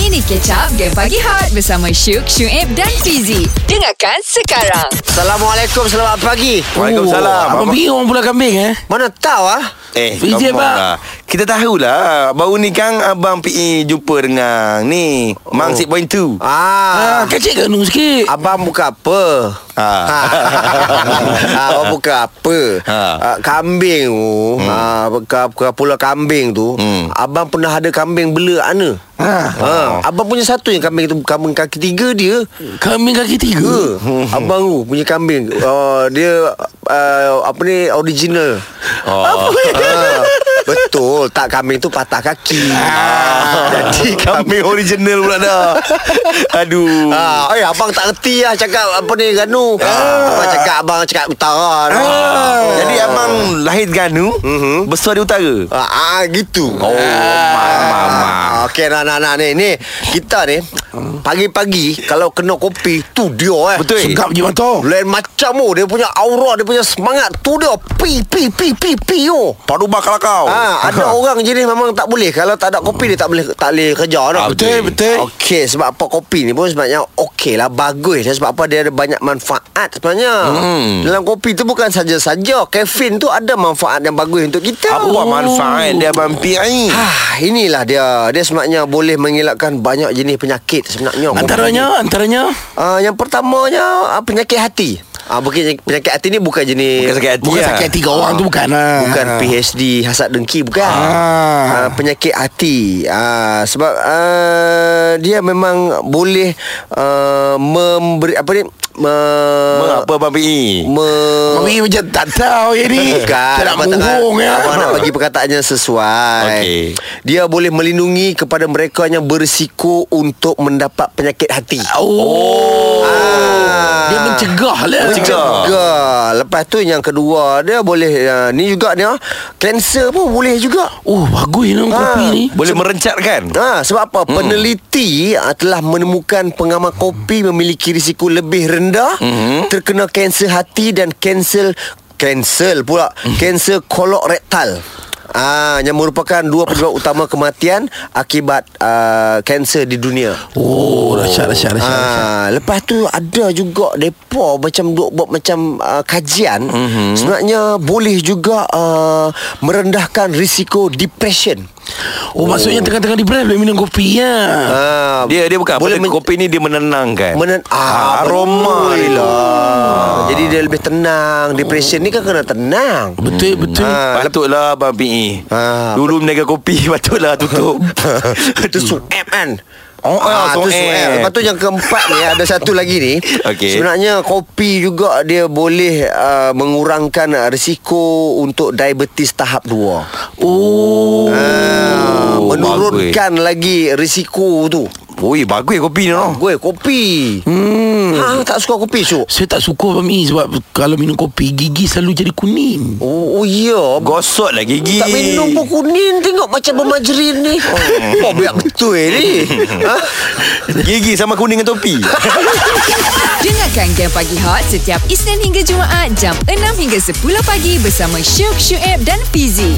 Mari catch up Game Pagi Hot Bersama Syuk, Syuib dan Fizi Dengarkan sekarang Assalamualaikum, selamat pagi. Waalaikumsalam. Oh, Abang Abang- pergi orang pulau kambing eh Mana tahu ah? Eh, Fiji, come on Pak. lah. Kita tahulah baru ni Kang abang PE jumpa dengan ni Oh. Mang Sik Point 2. Ah, ah, Kecil kat Nung sikit abang buka apa? Ah. Ha. Ah, abang buka apa? Ha. Ah, kambing tu. Ah, buka, buka pula kambing tu. Hmm. Ah. Abang pernah ada kambing bela ana. Ha. Abang punya satu yang kambing tu kambing kaki tiga dia. Kambing kaki tiga Ke? Hmm. Abang tu punya kambing. Ah, dia ah, apa ni original. Oh. Ah, betul tak kambing tu patah kaki. Ah. Jadi Kami original pula dah. Aduh. Ah, eh abang tak reti lah cakap apa ni Ganu. Ah. Abang cakap abang cakap utara. Ah. Ah. Jadi abang lahir Ganu, Mhm. besar di utara. Ah, ah gitu. Oh, mak, mak, mak. Ah, Okey nah nah nah ni ni kita ni pagi-pagi kalau kena kopi tu dia eh. Betul. Sedap je mata Lain macam oh dia punya aura dia punya semangat tu dia pi pi pi pi pi oh. Padu bakal kau. Ah, ada orang jenis memang tak boleh kalau tak ada kopi dia tak boleh tak boleh kerja dah. Ah, betul, betul. Okey, sebab apa kopi ni pun sebenarnya okey lah bagus lah sebab apa dia ada banyak manfaat sebenarnya. Hmm. Dalam kopi tu bukan saja-saja kafein tu ada manfaat yang bagus untuk kita. Apa Oh. manfaat dia abang PE? Ha, Ah, inilah dia. Dia sebenarnya boleh mengelakkan banyak jenis penyakit sebenarnya. kopi ni. Antaranya Antaranya Ah, yang pertamanya ah, penyakit hati. Ah, bukan penyakit hati ni bukan jenis Bukan sakit hati Bukan Ya. sakit tiga orang tu bukan ah. Bukan PhD Hasad dengki Bukan Ah. ah. Penyakit hati ah, Sebab ah, Dia memang Boleh ah, Memberi Apa ni me, Apa abang PE? me, Kami macam tak tahu ya ni Bukan Tak nak Abang tak- bohong ya Abang nak bagi perkataannya sesuai Okey. Dia boleh melindungi Kepada mereka yang berisiko Untuk mendapat penyakit hati Oh Ah. Dia mencegah lah Mencegah. Juga. Lepas tu yang kedua Dia boleh ah, Ni juga ni ah, Cancer pun boleh juga Oh bagus ni Nung kopi Ah. ni Boleh merencatkan? Ha, sebab apa? Hmm. Peneliti ah, telah menemukan pengamal kopi memiliki risiko lebih rendah hmm. terkena kanser hati dan kanser kanser pula kanser kolorektal. Ah, yang merupakan dua penyebab utama kematian akibat ah, kanser di dunia. Oh rasyat rasyat rasyat Ah, lepas tu ada juga depa macam duk buat macam uh, kajian mm-hmm. sebenarnya boleh juga uh, merendahkan risiko depression. Oh maksudnya tengah-tengah di brand Boleh minum kopi ya Ah, Dia dia bukan Boleh apa men- men- kopi ni dia menenangkan. Menen ah, betul aroma dia lah. lah. Jadi dia lebih tenang. Depression ni kan kena tenang. Betul betul Ah, Patutlah Abang PE Ah. Dulu meniaga kopi Patutlah tutup itu suap kan. Oh, ah, tu suap. Lepas tu yang keempat ni ada satu lagi ni. Okey. Sebenarnya kopi juga dia boleh uh, mengurangkan ah, risiko untuk diabetes tahap 2. Oh Ah, Oh, menurunkan lagi risiko tu. Oi bagus kopi ni noh Gue kopi. Hmm. Ha, tak suka kopi, Syuk. Saya tak suka Abang Mi Sebab kalau minum kopi Gigi selalu jadi kuning Oh, oh ya. Yeah. Gosok lah gigi Tak minum pun kuning Tengok macam bermajerin ni Oh, oh biar betul eh, ni ha? Gigi sama kuning dengan topi Dengarkan Game Pagi Hot Setiap Isnin hingga Jumaat Jam 6 hingga 10 pagi Bersama Syuk, Syuib dan Fizi